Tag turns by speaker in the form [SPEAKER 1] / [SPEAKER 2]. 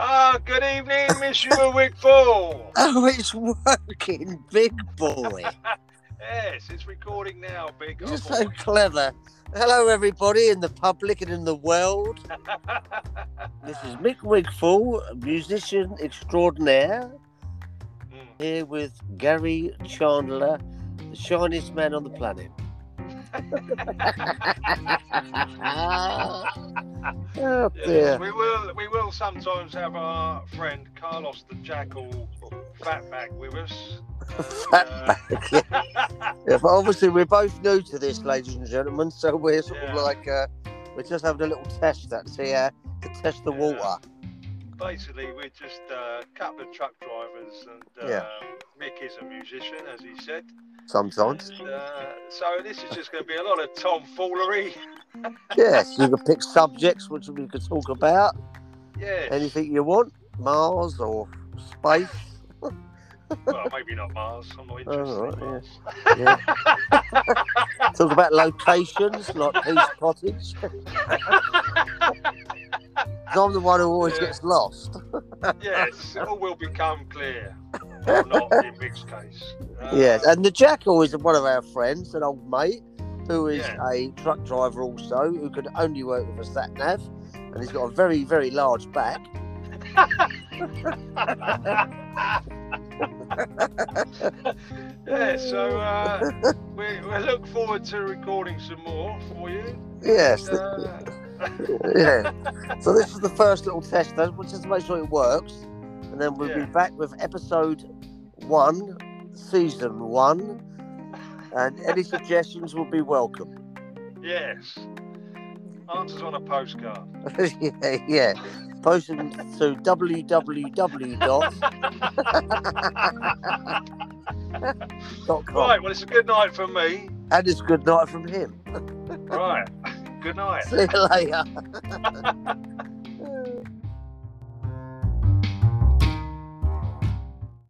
[SPEAKER 1] Ah, Good evening, Miss Ewerwick Four.
[SPEAKER 2] Oh, it's working, big boy.
[SPEAKER 1] Yes, it's recording now, big
[SPEAKER 2] You're
[SPEAKER 1] old
[SPEAKER 2] so
[SPEAKER 1] boy.
[SPEAKER 2] clever. Hello, everybody in the public and in the world. This is Mick Wigfall, musician extraordinaire,
[SPEAKER 1] Mm.
[SPEAKER 2] here with Gary Chandler, the shiniest man on the planet. oh,
[SPEAKER 1] Yes,
[SPEAKER 2] dear.
[SPEAKER 1] we will. We will sometimes have our friend Carlos the Jackal Fatback with us. Uh,
[SPEAKER 2] Yeah, but obviously, we're both new to this, ladies and gentlemen, so we're sort
[SPEAKER 1] Yeah.
[SPEAKER 2] of like, uh, we're just having a little test that to, uh, to test the
[SPEAKER 1] Yeah.
[SPEAKER 2] water.
[SPEAKER 1] basically, we're just uh, a couple of truck drivers, and
[SPEAKER 2] Yeah.
[SPEAKER 1] um, Mick is a musician, as he said.
[SPEAKER 2] Sometimes.
[SPEAKER 1] And, uh, so this is just going to be a lot of tomfoolery.
[SPEAKER 2] Yes, you can pick subjects which we could talk about.
[SPEAKER 1] Yes.
[SPEAKER 2] Anything you want, Mars or space.
[SPEAKER 1] Well, maybe not Mars. I'm not interested
[SPEAKER 2] Oh,
[SPEAKER 1] in
[SPEAKER 2] right,
[SPEAKER 1] Mars.
[SPEAKER 2] Yeah. talk about locations like Peace Cottage. 'Cause I'm the one who always
[SPEAKER 1] Yeah.
[SPEAKER 2] gets lost.
[SPEAKER 1] yes, all will become clear. Or not in Mick's case. Uh,
[SPEAKER 2] Yes, and the Jackal is one of our friends, an old mate, who is
[SPEAKER 1] Yeah.
[SPEAKER 2] a truck driver also, who can only work with a sat nav, and he's got a very, very large back.
[SPEAKER 1] yeah, so uh, we, we look forward to recording some more for you.
[SPEAKER 2] Yes, th-
[SPEAKER 1] Uh,
[SPEAKER 2] yeah. So this is the first little test, though, we'll just make sure it works, and then we'll
[SPEAKER 1] Yeah.
[SPEAKER 2] be back with episode one, season one, and any suggestions will be welcome.
[SPEAKER 1] yes. Answers on a postcard.
[SPEAKER 2] yeah, yeah. Post them to www dot dot com.
[SPEAKER 1] Right, well, it's a good night from me.
[SPEAKER 2] And it's good night from him.
[SPEAKER 1] Right, good night.
[SPEAKER 2] See you later.